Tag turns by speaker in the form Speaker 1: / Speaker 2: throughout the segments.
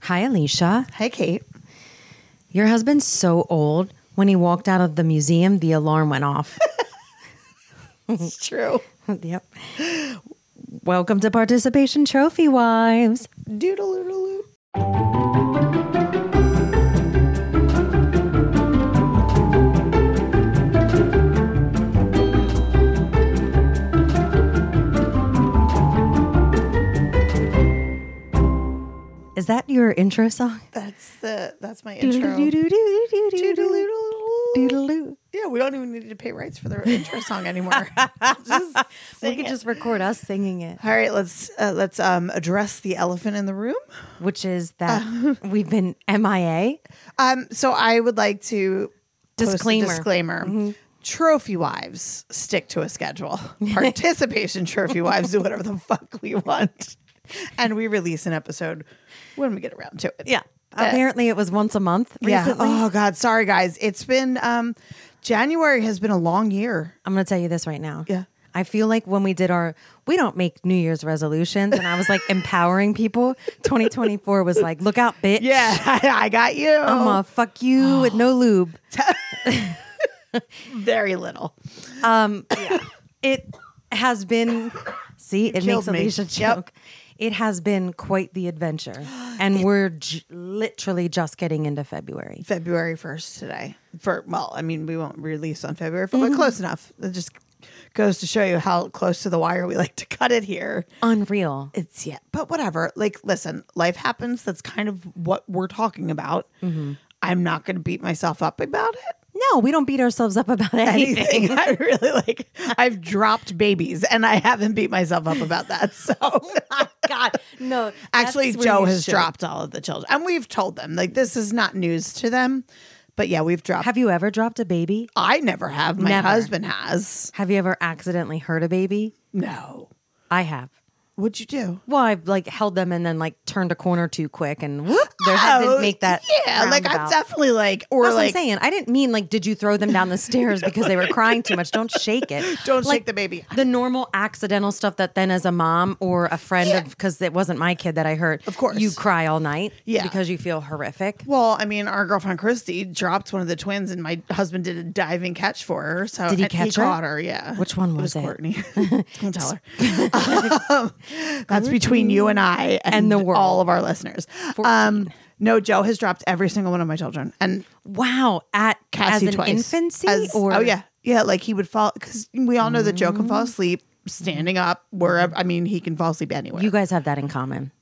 Speaker 1: Hi, Alicia.
Speaker 2: Hey, Kate.
Speaker 1: Your husband's so old. When he walked out of the museum, the alarm went off.
Speaker 2: It's true.
Speaker 1: yep. Welcome to Participation Trophy Wives.
Speaker 2: Doodle-doodle-doo.
Speaker 1: Is that your intro song?
Speaker 2: That's the that's my intro.
Speaker 1: Doodle-doo-doo-doo-doo-doo-doo.
Speaker 2: Doodle-doodle-doo.
Speaker 1: Doodle-doo.
Speaker 2: Yeah, we don't even need to pay rights for the intro song anymore. Just
Speaker 1: We
Speaker 2: sing
Speaker 1: could
Speaker 2: it.
Speaker 1: just record us singing it,
Speaker 2: All right, let's uh, let's um, address the elephant in the room.
Speaker 1: which is that we've been MIA.
Speaker 2: Um, so I would like to post a
Speaker 1: Disclaimer.
Speaker 2: disclaimer. Trophy wives stick to a schedule. Participation trophy wives do whatever the fuck we want, and we release an episode when we get around to it. Uh,
Speaker 1: Apparently, it was once a month
Speaker 2: yeah.
Speaker 1: recently.
Speaker 2: Oh God, sorry guys. It's been um, January has been a long year.
Speaker 1: I'm going to tell you this right now.
Speaker 2: Yeah.
Speaker 1: I feel like when we did our, we don't make New Year's resolutions. And I was like empowering people. 2024 was like, look out, bitch.
Speaker 2: Yeah, Um, I got you.
Speaker 1: I'm going to fuck you with no lube.
Speaker 2: Very little.
Speaker 1: It has been, see, it, makes
Speaker 2: killed me.
Speaker 1: Alicia
Speaker 2: Yep.
Speaker 1: choke. It has been quite the adventure. And we're j- literally just getting into February.
Speaker 2: February 1st today. For well, I mean, we won't release on February 1st, but close enough. It just goes to show you how close to the wire we like to cut it here.
Speaker 1: Unreal.
Speaker 2: It's yeah, but whatever. Like, listen, life happens. That's kind of what we're talking about. I'm not going to beat myself up about it.
Speaker 1: No, we don't beat ourselves up about anything.
Speaker 2: Anything I really like, I've dropped babies and I haven't beat myself up about that. So,
Speaker 1: God, no.
Speaker 2: Actually,
Speaker 1: that's where
Speaker 2: Joe
Speaker 1: you
Speaker 2: has
Speaker 1: should.
Speaker 2: dropped all of the children, and we've told them like this is not news to them. But yeah, we've dropped.
Speaker 1: Have you ever dropped a baby?
Speaker 2: I never have. My
Speaker 1: Never.
Speaker 2: husband has.
Speaker 1: Have you ever accidentally hurt a baby?
Speaker 2: No.
Speaker 1: I have.
Speaker 2: What'd you do?
Speaker 1: Well, I've like held them and then like turned a corner too quick and whoop, their head didn't make that.
Speaker 2: Yeah, like I'm
Speaker 1: roundabout.
Speaker 2: definitely like, or
Speaker 1: That's what I'm
Speaker 2: like,
Speaker 1: saying. I didn't mean like, did you throw them down the stairs because they were crying too much? Don't shake it.
Speaker 2: don't
Speaker 1: Like,
Speaker 2: shake the baby.
Speaker 1: The normal accidental stuff that then, as a mom or a friend
Speaker 2: Yeah.
Speaker 1: of, because it wasn't my kid that I hurt,
Speaker 2: Of course.
Speaker 1: you cry all night,
Speaker 2: Yeah.
Speaker 1: because you feel horrific.
Speaker 2: Well, I mean, our girlfriend Christy dropped one of the twins, and my husband did a diving catch for her. So
Speaker 1: Did he
Speaker 2: and
Speaker 1: catch her?
Speaker 2: Caught her. Yeah.
Speaker 1: Which one
Speaker 2: was
Speaker 1: was it?
Speaker 2: Courtney? Don't tell her. Um, that's between you and I and,
Speaker 1: And the world.
Speaker 2: all of our listeners. Um, no, Joe has dropped every single one of my children, and
Speaker 1: Wow, at
Speaker 2: Cassie
Speaker 1: as an
Speaker 2: twice.
Speaker 1: infancy
Speaker 2: As-
Speaker 1: or Mm.
Speaker 2: oh yeah, yeah. Like he would fall because we all know that Joe can fall asleep standing up wherever. I mean, he can fall asleep anywhere.
Speaker 1: you guys have that in common.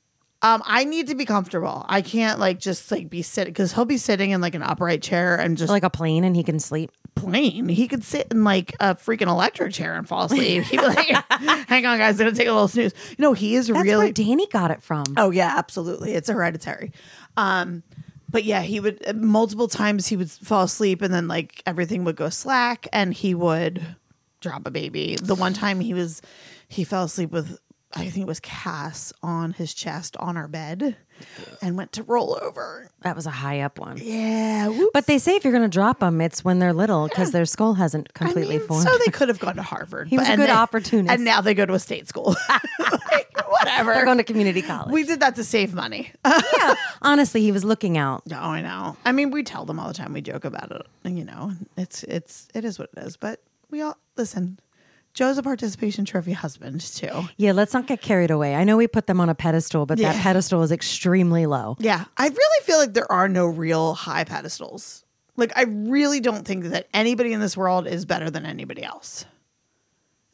Speaker 2: um, I need to be comfortable. I can't like just like be sitting because he'll be sitting in like an upright chair and just like
Speaker 1: Like a plane, and he can sleep.
Speaker 2: plain. He could sit in like a freaking electric chair and fall asleep. He'd be like, "Hang on, guys, I'm gonna take a little snooze." No, he is
Speaker 1: That's
Speaker 2: really
Speaker 1: where Danny got it from.
Speaker 2: Oh yeah, absolutely. It's hereditary. Um, but yeah, he would uh, multiple times he would fall asleep and then like everything would go slack and he would drop a baby. The one time he was he fell asleep with I think it was Cass on his chest on our bed and went to roll over.
Speaker 1: That was a high up one.
Speaker 2: Yeah.
Speaker 1: But they say if you're going to drop them, it's when they're little because their skull hasn't
Speaker 2: I
Speaker 1: completely
Speaker 2: mean,
Speaker 1: formed.
Speaker 2: so they could have gone to Harvard.
Speaker 1: He was a
Speaker 2: and
Speaker 1: good
Speaker 2: they-
Speaker 1: opportunist.
Speaker 2: And now they go to a state school. Like, whatever.
Speaker 1: they're going to community college.
Speaker 2: we did that to save money.
Speaker 1: yeah. Honestly, he was looking out.
Speaker 2: No, I know. I mean, we tell them all the time. We joke about it. and, You know, it's it's it is what it is. But we all listen. Joe's a participation trophy husband too.
Speaker 1: Yeah, let's not get carried away. I know we put them on a pedestal, but that
Speaker 2: Yeah.
Speaker 1: pedestal is extremely low.
Speaker 2: Yeah, I really feel like there are no real high pedestals. Like, I really don't think that anybody in this world is better than anybody else,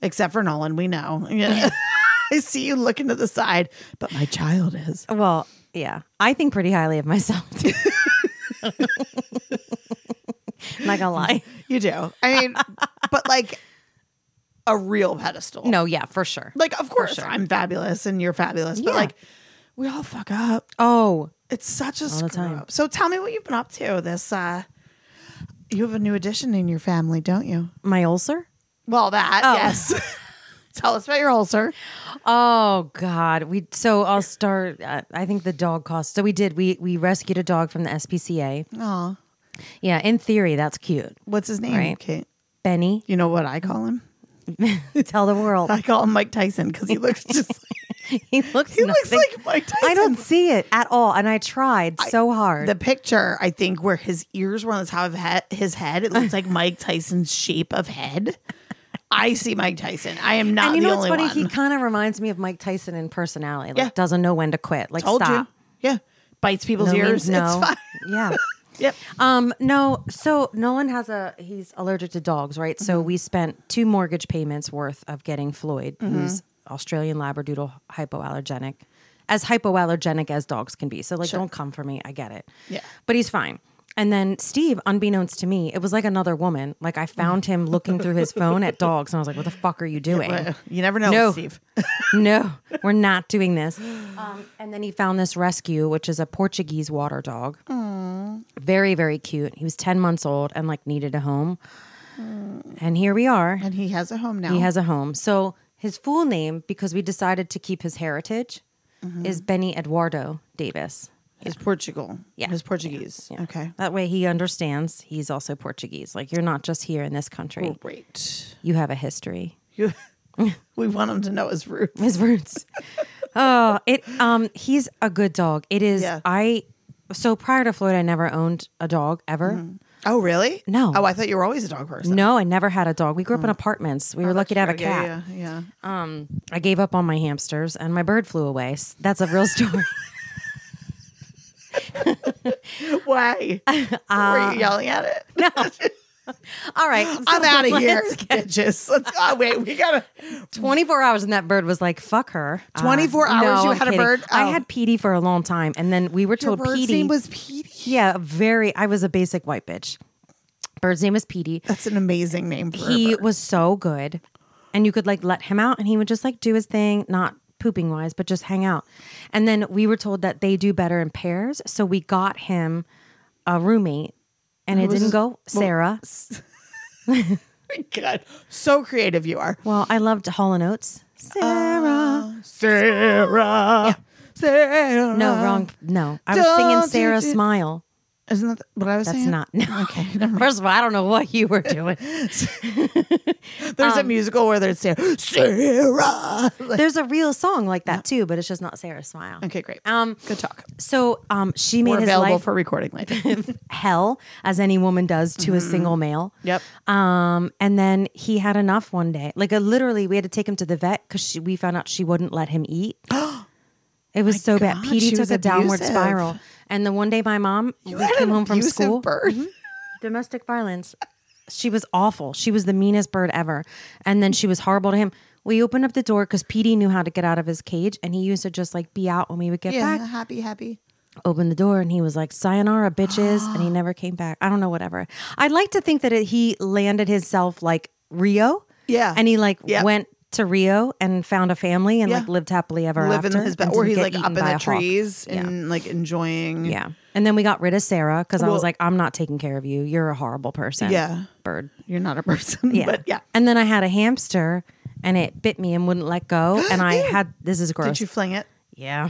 Speaker 2: except for Nolan. We know. Yeah. I see you looking to the side, but my child is.
Speaker 1: Well, yeah, I think pretty highly of myself. too. not gonna lie.
Speaker 2: You do. I mean, but like a real pedestal.
Speaker 1: No, yeah, for sure.
Speaker 2: Like, of course, I'm fabulous and you're fabulous, but
Speaker 1: Yeah.
Speaker 2: like, we all fuck up.
Speaker 1: Oh,
Speaker 2: It's such a
Speaker 1: the
Speaker 2: screw
Speaker 1: time.
Speaker 2: up. So tell me what you've been up to. This, uh, you have a new addition in your family, don't you?
Speaker 1: my ulcer.
Speaker 2: Well, that yes. tell us about your ulcer.
Speaker 1: Oh God, we so I'll start. Uh, I think the dog cost. So we did. We we rescued a dog from the SPCA.
Speaker 2: Oh,
Speaker 1: Yeah, in theory, that's cute.
Speaker 2: what's his name?
Speaker 1: Right.
Speaker 2: Kate.
Speaker 1: Benny,
Speaker 2: You know what I call him?
Speaker 1: tell the world.
Speaker 2: I call him Mike Tyson because he looks just. like
Speaker 1: he looks.
Speaker 2: He looks
Speaker 1: nothing-
Speaker 2: like Mike Tyson.
Speaker 1: I don't see it at all, and I tried so hard.
Speaker 2: The picture, I think, where his ears were on the top of he- his head, it looks like Mike Tyson's shape of head. I see Mike Tyson. I am not
Speaker 1: and you
Speaker 2: the
Speaker 1: know what's
Speaker 2: only
Speaker 1: funny?
Speaker 2: one.
Speaker 1: He kind of reminds me of Mike Tyson in personality. Like
Speaker 2: Yeah.
Speaker 1: doesn't know when to quit. Like
Speaker 2: Told
Speaker 1: stop.
Speaker 2: you. Yeah. Bites people's
Speaker 1: No means
Speaker 2: ears.
Speaker 1: no.
Speaker 2: It's fine.
Speaker 1: Yeah.
Speaker 2: Yep.
Speaker 1: Um, no, so Nolan has a he's allergic to dogs, right? So
Speaker 2: Mm-hmm.
Speaker 1: we spent two mortgage payments worth of getting Floyd,
Speaker 2: Mm-hmm.
Speaker 1: who's Australian Labradoodle hypoallergenic, as hypoallergenic as dogs can be. So like don't come for me, I get it.
Speaker 2: Yeah.
Speaker 1: But he's fine. And then Steve, unbeknownst to me, it was like another woman. Like I found him looking through his phone at dogs and I was like, What the fuck are you doing?
Speaker 2: You never know,
Speaker 1: No.
Speaker 2: Steve.
Speaker 1: no, we're not doing this. Um, and then he found this rescue, which is a Portuguese water dog. Very, very cute. He was 10 months old and like needed a home. And here we are.
Speaker 2: And he has a home now.
Speaker 1: He has a home. So his full name, because we decided to keep his heritage, is Benny Eduardo Davis.
Speaker 2: He's Portugal.
Speaker 1: Yeah.
Speaker 2: He's Portuguese.
Speaker 1: Yeah.
Speaker 2: Okay.
Speaker 1: That way he understands he's also Portuguese. Like you're not just here in this country,
Speaker 2: Great.
Speaker 1: you have a history.
Speaker 2: You, we want him to know his roots.
Speaker 1: his roots. oh, it um he's a good dog. It is
Speaker 2: Yeah.
Speaker 1: I so prior to Floyd I never owned a dog ever.
Speaker 2: Oh, really?
Speaker 1: No.
Speaker 2: Oh, I thought you were always a dog person.
Speaker 1: No, I never had a dog. We grew up
Speaker 2: Mm.
Speaker 1: in apartments. We were lucky to have a
Speaker 2: Sure. Oh, Yeah,
Speaker 1: cat.
Speaker 2: Yeah, yeah.
Speaker 1: Um I gave up on my hamsters and my bird flew away. S- That's a real story.
Speaker 2: Why? Um, were you yelling at it?
Speaker 1: All right.
Speaker 2: I'm
Speaker 1: so
Speaker 2: out of here,
Speaker 1: let's-
Speaker 2: bitches. Let's. Oh wait, we gotta.
Speaker 1: 24 hours and that bird was like fuck her. Uh,
Speaker 2: 24 hours you
Speaker 1: I'm
Speaker 2: had a bird?
Speaker 1: I
Speaker 2: Oh.
Speaker 1: had Petey for a long time and then we were told
Speaker 2: bird's
Speaker 1: Petey
Speaker 2: name was Petey.
Speaker 1: Yeah, very I was a basic white bitch. Bird's name is Petey.
Speaker 2: That's an amazing name for a
Speaker 1: he
Speaker 2: bird.
Speaker 1: was so good and you could like let him out and he would just like do his thing not pooping wise but just hang out and then we were told that they do better in pairs so we got him a roommate and it
Speaker 2: was
Speaker 1: didn't
Speaker 2: his-
Speaker 1: go sarah
Speaker 2: My God, so creative you are,
Speaker 1: well i loved hall and oates sarah
Speaker 2: Sarah. Sarah.
Speaker 1: no wrong no i was
Speaker 2: Don't
Speaker 1: singing
Speaker 2: you
Speaker 1: sarah
Speaker 2: do-
Speaker 1: smile
Speaker 2: Isn't that what I was
Speaker 1: that's
Speaker 2: saying?
Speaker 1: not no okay first of all i don't know what you were doing
Speaker 2: There's a musical where there's Sarah. Sarah. Like-
Speaker 1: there's a real song like that too but it's just not sarah smile
Speaker 2: okay, great.
Speaker 1: um
Speaker 2: Good talk.
Speaker 1: so um she made
Speaker 2: We're
Speaker 1: his
Speaker 2: available
Speaker 1: life
Speaker 2: for recording later.
Speaker 1: hell as any woman does to a single male.
Speaker 2: Mm-hmm. Yep.
Speaker 1: Um, and then he had enough one day. Like uh, literally, we had to take him to the vet because we found out she wouldn't let him eat. it was so bad.
Speaker 2: God,
Speaker 1: Petey
Speaker 2: she
Speaker 1: took
Speaker 2: was
Speaker 1: a downward
Speaker 2: abusive.
Speaker 1: spiral. And then one day, my mom we
Speaker 2: What
Speaker 1: came
Speaker 2: an
Speaker 1: home from
Speaker 2: abusive
Speaker 1: school.
Speaker 2: Bird.
Speaker 1: Domestic violence. She was awful. She was the meanest bird ever. And then she was horrible to him. We opened up the door because Petey knew how to get out of his cage, and he used to just like be out when we would get back
Speaker 2: Yeah, happy, happy.
Speaker 1: opened the door and he was like sayonara bitches and he never came back i don't know whatever i'd like to think that it, he landed himself like rio
Speaker 2: Yeah.
Speaker 1: and he like
Speaker 2: Yeah.
Speaker 1: went to rio and found a family and
Speaker 2: Yeah.
Speaker 1: like lived happily ever
Speaker 2: Live in
Speaker 1: after
Speaker 2: his bed,
Speaker 1: until
Speaker 2: or
Speaker 1: he
Speaker 2: he's
Speaker 1: got
Speaker 2: like up
Speaker 1: eaten
Speaker 2: in
Speaker 1: by
Speaker 2: the
Speaker 1: a hawk.
Speaker 2: trees
Speaker 1: yeah.
Speaker 2: and like enjoying.
Speaker 1: yeah and then we got rid of sarah because i was
Speaker 2: Well-
Speaker 1: like i'm not taking care of you you're a horrible person
Speaker 2: Yeah.
Speaker 1: bird
Speaker 2: You're not a person,
Speaker 1: yeah
Speaker 2: but yeah.
Speaker 1: and then i had a hamster and it bit me and wouldn't let go and i had this is gross
Speaker 2: Did you fling it?
Speaker 1: yeah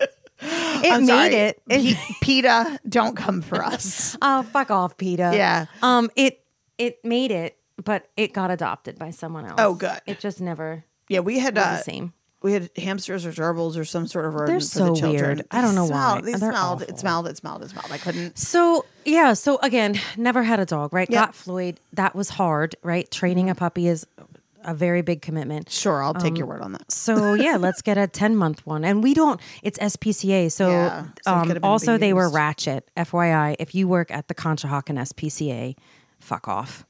Speaker 1: it
Speaker 2: I'm
Speaker 1: made
Speaker 2: sorry.
Speaker 1: it it
Speaker 2: Pe- PETA, don't come for us.
Speaker 1: Oh, fuck off, Peta.
Speaker 2: Yeah.
Speaker 1: Um, it it made it, but it got adopted by someone else.
Speaker 2: Oh, good.
Speaker 1: It just never
Speaker 2: Yeah, we had
Speaker 1: was
Speaker 2: uh,
Speaker 1: the same.
Speaker 2: we had hamsters or gerbils or some sort of rodent
Speaker 1: They're
Speaker 2: for
Speaker 1: so
Speaker 2: the children.
Speaker 1: weird. I don't know
Speaker 2: They
Speaker 1: why.
Speaker 2: smelled- They
Speaker 1: They're
Speaker 2: smelled.
Speaker 1: awful.
Speaker 2: It smelled. It smelled. It smelled. I couldn't.
Speaker 1: So yeah, so again, never had a dog, right?
Speaker 2: Yeah. Mm-hmm.
Speaker 1: Got Floyd. That was hard, right? Training a puppy is a very big commitment.
Speaker 2: Sure, I'll
Speaker 1: Um,
Speaker 2: take your word on that.
Speaker 1: So yeah, let's get a ten month one, and we don't. It's SPCA, so,
Speaker 2: Yeah, so it
Speaker 1: um,
Speaker 2: could've been
Speaker 1: also they were
Speaker 2: abused.
Speaker 1: ratchet. FYI, if you work at the Conshohocken SPCA, fuck off.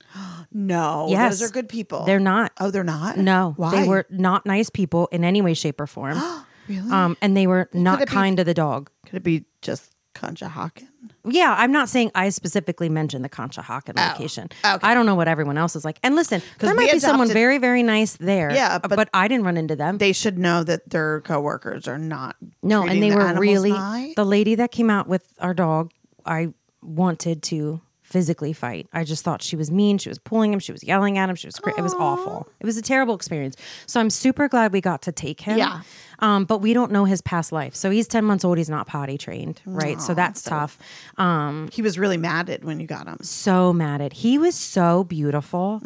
Speaker 2: No,
Speaker 1: Yes.
Speaker 2: those are good people.
Speaker 1: They're not.
Speaker 2: Oh, they're not.
Speaker 1: No,
Speaker 2: why
Speaker 1: they were not nice people in any way, shape, or form.
Speaker 2: Really?
Speaker 1: Um, and they were not
Speaker 2: Mm. it be-
Speaker 1: kind to the dog.
Speaker 2: Could it be just Conshohocken?
Speaker 1: Yeah, I'm not saying I specifically mentioned the Conshohocken location.
Speaker 2: Oh, okay.
Speaker 1: I don't know what everyone else is like. And listen, there
Speaker 2: we
Speaker 1: might be someone
Speaker 2: adopted-
Speaker 1: very, very nice there.
Speaker 2: Yeah,
Speaker 1: uh, but,
Speaker 2: but-
Speaker 1: I didn't run into them.
Speaker 2: They should know that their coworkers are not.
Speaker 1: no,
Speaker 2: treating
Speaker 1: and they
Speaker 2: the
Speaker 1: were
Speaker 2: animals
Speaker 1: really
Speaker 2: nice.
Speaker 1: the lady that came out with our dog. I wanted to physically fight. I just thought she was mean. She was pulling him. She was yelling at him. She was. Cra- it was awful. It was a terrible experience. So I'm super glad we got to take him.
Speaker 2: Yeah.
Speaker 1: Um, but we don't know his past life. So he's 10 months old. He's not potty trained, right? so that's tough.
Speaker 2: He was really mad at when you got him.
Speaker 1: so matted. He was so beautiful.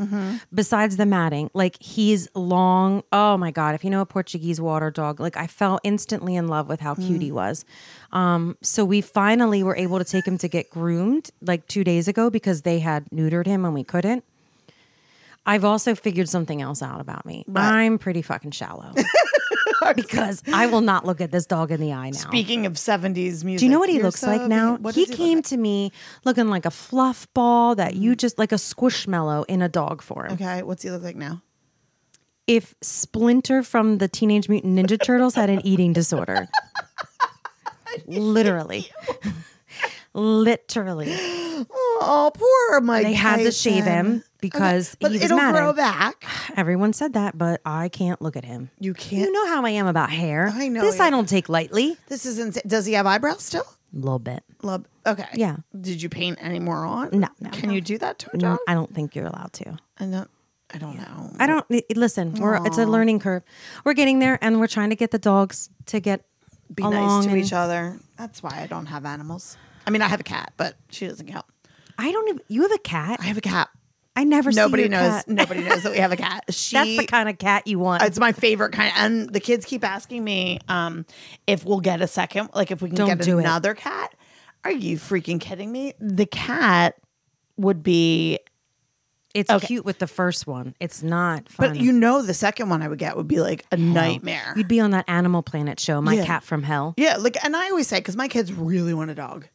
Speaker 1: Besides the matting, like he's long. Oh my god! If you know a Portuguese water dog, like I fell instantly in love with how cute he was. Um, so we finally were able to take him to get groomed like two days ago because they had neutered him and we couldn't. I've also figured something else out about me. I'm pretty fucking shallow because I will not look at this dog in the eye now.
Speaker 2: Speaking of 70s music.
Speaker 1: Do you know what he
Speaker 2: you're
Speaker 1: looks like
Speaker 2: so-
Speaker 1: now?
Speaker 2: what
Speaker 1: He
Speaker 2: does look
Speaker 1: came to me looking like a fluff ball that you just like a squishmallow in a dog form.
Speaker 2: like? Okay, what's he look like now?
Speaker 1: If Splinter from the Teenage Mutant Ninja Turtles had an eating disorder. Literally. Literally.
Speaker 2: Oh, poor Mike.
Speaker 1: They had to shave
Speaker 2: Tyson.
Speaker 1: him because
Speaker 2: But
Speaker 1: he was
Speaker 2: it'll grow
Speaker 1: mad.
Speaker 2: back.
Speaker 1: Everyone said that, but I can't look at him.
Speaker 2: You
Speaker 1: You
Speaker 2: can't.
Speaker 1: know how I am about hair.
Speaker 2: I know
Speaker 1: This I
Speaker 2: you-
Speaker 1: don't take lightly.
Speaker 2: This is insane. Does he have eyebrows still?
Speaker 1: A little bit.
Speaker 2: Love. Okay.
Speaker 1: Yeah.
Speaker 2: Did you paint any more on?
Speaker 1: No, no,
Speaker 2: Can you do that to a
Speaker 1: No,
Speaker 2: dog?
Speaker 1: I don't think you're allowed to.
Speaker 2: I don't. I don't know.
Speaker 1: I don't i- listen. We're it's a learning curve. We're getting there, and we're trying to get the dogs to get
Speaker 2: Be
Speaker 1: along
Speaker 2: nice to
Speaker 1: and-
Speaker 2: each other. That's why I don't have animals. I mean, I have a cat, but she doesn't count.
Speaker 1: I don't. Even, you have a cat.
Speaker 2: I have a cat.
Speaker 1: I never.
Speaker 2: Nobody
Speaker 1: see your
Speaker 2: knows.
Speaker 1: cat.
Speaker 2: Nobody knows that we have a cat. She.
Speaker 1: That's the kind of cat you want.
Speaker 2: it's my favorite kind, and the kids keep asking me um, if we'll get a second, like if we can
Speaker 1: Don't
Speaker 2: get
Speaker 1: do it.
Speaker 2: another cat. Are you freaking kidding me? The cat would be
Speaker 1: It's cute with the first one. It's not fun.
Speaker 2: But you know, the second one I would get would be like a nightmare.
Speaker 1: You'd be on that Animal Planet show, My
Speaker 2: Yeah.
Speaker 1: Cat from Hell.
Speaker 2: yeah, like, and I always say because my kids really want a dog.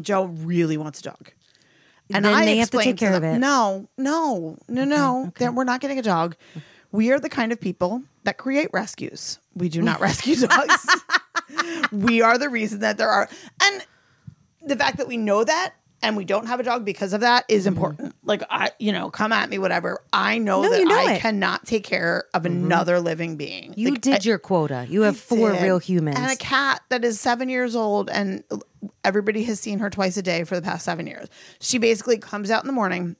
Speaker 2: Joe really wants a dog, and
Speaker 1: Then
Speaker 2: I
Speaker 1: they have to
Speaker 2: explained
Speaker 1: take care of
Speaker 2: them,
Speaker 1: it.
Speaker 2: No, no, no, no. That we're not getting a dog. We are the kind of people that create rescues. We do not rescue dogs. we are the reason that there are, and the fact that we know that. And we don't have a dog because of that is important. Like I, you know, come at me, whatever. I know
Speaker 1: Mm-hmm. No,
Speaker 2: that
Speaker 1: you know
Speaker 2: I
Speaker 1: it. Mm-hmm.
Speaker 2: cannot take care of another living being.
Speaker 1: You
Speaker 2: Like,
Speaker 1: did your quota. You have four
Speaker 2: did.
Speaker 1: real humans.
Speaker 2: and a cat that is seven years old and everybody has seen her twice a day for the past seven years she basically comes out in the morning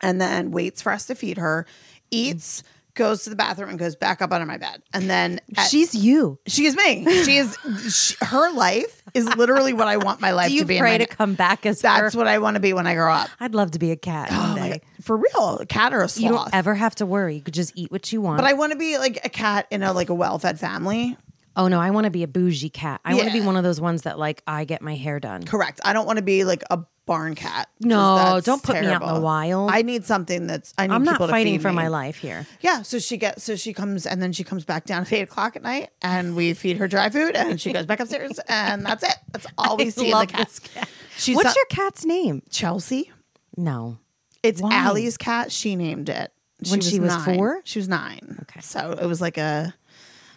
Speaker 2: and then waits for us to feed her eats goes to the bathroom and goes back up under my bed and then at-
Speaker 1: She's you.
Speaker 2: she is me she is she, her life is literally what i want my life
Speaker 1: Do you
Speaker 2: to be
Speaker 1: pray
Speaker 2: and
Speaker 1: to
Speaker 2: my-
Speaker 1: come back as
Speaker 2: that's Oh
Speaker 1: her?
Speaker 2: what i want to be when i grow up
Speaker 1: I'd love to be a cat one
Speaker 2: Like,
Speaker 1: day.
Speaker 2: for real a cat or a sloth
Speaker 1: Oh You don't ever have to worry. You could just eat what you want.
Speaker 2: but i want to be like a cat in a like a well-fed family
Speaker 1: Oh no, I want to be a bougie cat. I want to be
Speaker 2: Yeah.
Speaker 1: one of those ones that like I get my hair done.
Speaker 2: Correct. I don't want to be like a barn cat. 'cause
Speaker 1: No,
Speaker 2: that's
Speaker 1: don't put me out in the wild.
Speaker 2: I need something that's. I need.
Speaker 1: I'm not
Speaker 2: people to
Speaker 1: fighting
Speaker 2: feed
Speaker 1: for
Speaker 2: me.
Speaker 1: my life here.
Speaker 2: Yeah. So she gets. So she comes, and then she comes back down at eight o'clock at night, and we feed her dry food, and she goes back upstairs, and that's it. That's all we
Speaker 1: I
Speaker 2: see
Speaker 1: love
Speaker 2: of the cat.
Speaker 1: this cat.
Speaker 2: She's
Speaker 1: What's
Speaker 2: not-
Speaker 1: your cat's name?
Speaker 2: Chelsea.
Speaker 1: No.
Speaker 2: It's
Speaker 1: Why?
Speaker 2: Allie's cat. She named it
Speaker 1: When she was
Speaker 2: nine.
Speaker 1: four?
Speaker 2: She was nine.
Speaker 1: Okay.
Speaker 2: So it was like a.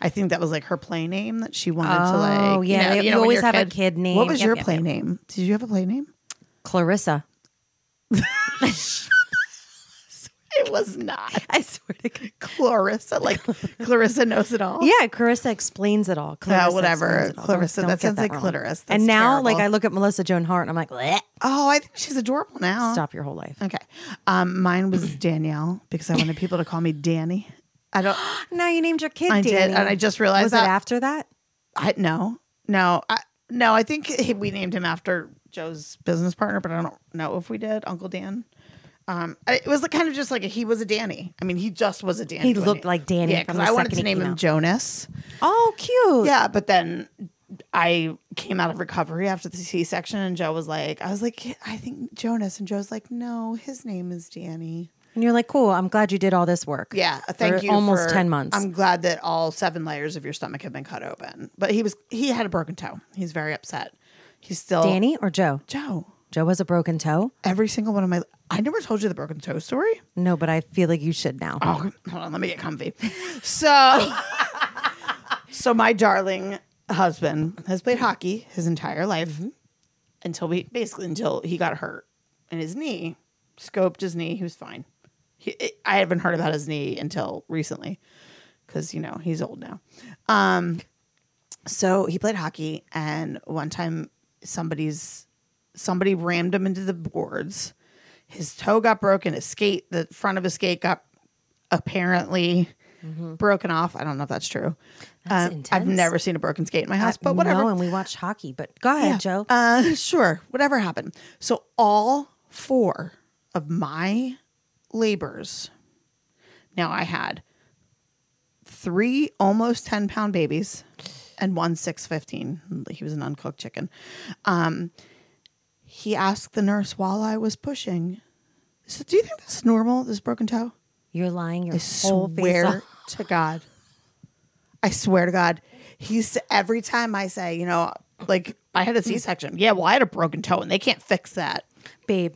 Speaker 2: I think that was like her play name that she wanted to
Speaker 1: Oh,
Speaker 2: like. you
Speaker 1: yeah,
Speaker 2: know-
Speaker 1: they-
Speaker 2: you,
Speaker 1: you
Speaker 2: know, when
Speaker 1: always
Speaker 2: your
Speaker 1: have a kid name.
Speaker 2: What was
Speaker 1: Yep,
Speaker 2: your
Speaker 1: yep,
Speaker 2: play
Speaker 1: yep.
Speaker 2: name? Did you have a play name?
Speaker 1: Clarissa.
Speaker 2: It was not.
Speaker 1: I swear to God.
Speaker 2: Clarissa, like Clarissa knows it all.
Speaker 1: Yeah, Clarissa explains it all. Clarissa
Speaker 2: whatever.
Speaker 1: explains it all.
Speaker 2: Clarissa, that
Speaker 1: get
Speaker 2: sounds like
Speaker 1: wrong.
Speaker 2: clitoris. That's
Speaker 1: and now,
Speaker 2: terrible.
Speaker 1: like, I look at Melissa Joan Hart and I'm like, "Bleh."
Speaker 2: Oh, I think she's adorable now.
Speaker 1: stop your whole life.
Speaker 2: Okay. Um, mine was Danielle because I wanted people to call me Danny. I don't.
Speaker 1: No, you named your kid.
Speaker 2: I did,
Speaker 1: Danny.
Speaker 2: and I just realized
Speaker 1: was it
Speaker 2: that.
Speaker 1: after that.
Speaker 2: I no, no, I, no. I think he- we named him after Joe's business partner, but I don't know if we did. Uncle Dan. Um, I- it was like kind of just like a, he was a Danny. I mean, he just was a Danny.
Speaker 1: He
Speaker 2: when
Speaker 1: looked like Danny
Speaker 2: Yeah,
Speaker 1: from
Speaker 2: because
Speaker 1: the
Speaker 2: I wanted
Speaker 1: second
Speaker 2: to
Speaker 1: he
Speaker 2: name
Speaker 1: came
Speaker 2: him
Speaker 1: out.
Speaker 2: Jonas.
Speaker 1: Oh, cute.
Speaker 2: Yeah, but then I came out of recovery after the C section, and Joe was like, I was like, I think Jonas, and Joe's like, no, his name is Danny.
Speaker 1: And you're like, cool. I'm glad you did all this work.
Speaker 2: Yeah, uh, thank
Speaker 1: for
Speaker 2: you.
Speaker 1: Almost
Speaker 2: for-
Speaker 1: ten months.
Speaker 2: I'm glad that all seven layers of your stomach have been cut open. But he was he had a broken toe. He's very upset. He's still
Speaker 1: Danny or Joe?
Speaker 2: Joe.
Speaker 1: Joe has a broken toe.
Speaker 2: Every single one of my I never told you the broken toe story.
Speaker 1: No, but I feel like you should now.
Speaker 2: Oh, hold on, let me get comfy. So, so my darling husband has played hockey his entire life
Speaker 1: Mm-hmm.
Speaker 2: until we basically until he got hurt and his knee scoped his knee. He was fine. He, it, I haven't heard about his knee until recently because you know he's old now. Um, so he played hockey, and one time somebody's somebody rammed him into the boards. His toe got broken. His skate, the front of his skate got apparently broken off. I don't know if that's true.
Speaker 1: Mm-hmm. That's
Speaker 2: Um, I've
Speaker 1: intense.
Speaker 2: never seen a broken skate in my house, but
Speaker 1: No,
Speaker 2: whatever.
Speaker 1: and we watched hockey, but go ahead,
Speaker 2: Yeah.
Speaker 1: Joe.
Speaker 2: Uh, sure, whatever happened. So all four of my labors. Now I had three almost ten pound babies, and one six fifteen. He was an uncooked chicken. Um, he asked the nurse while I was pushing. So do you think this is normal? This broken toe?
Speaker 1: You're lying your
Speaker 2: I
Speaker 1: whole face
Speaker 2: swear
Speaker 1: off.
Speaker 2: to God. I swear to God. He's every time I say, you know, like I
Speaker 1: Hmm.
Speaker 2: had a C section. Yeah, well, I had a broken toe and they can't fix that.
Speaker 1: Babe.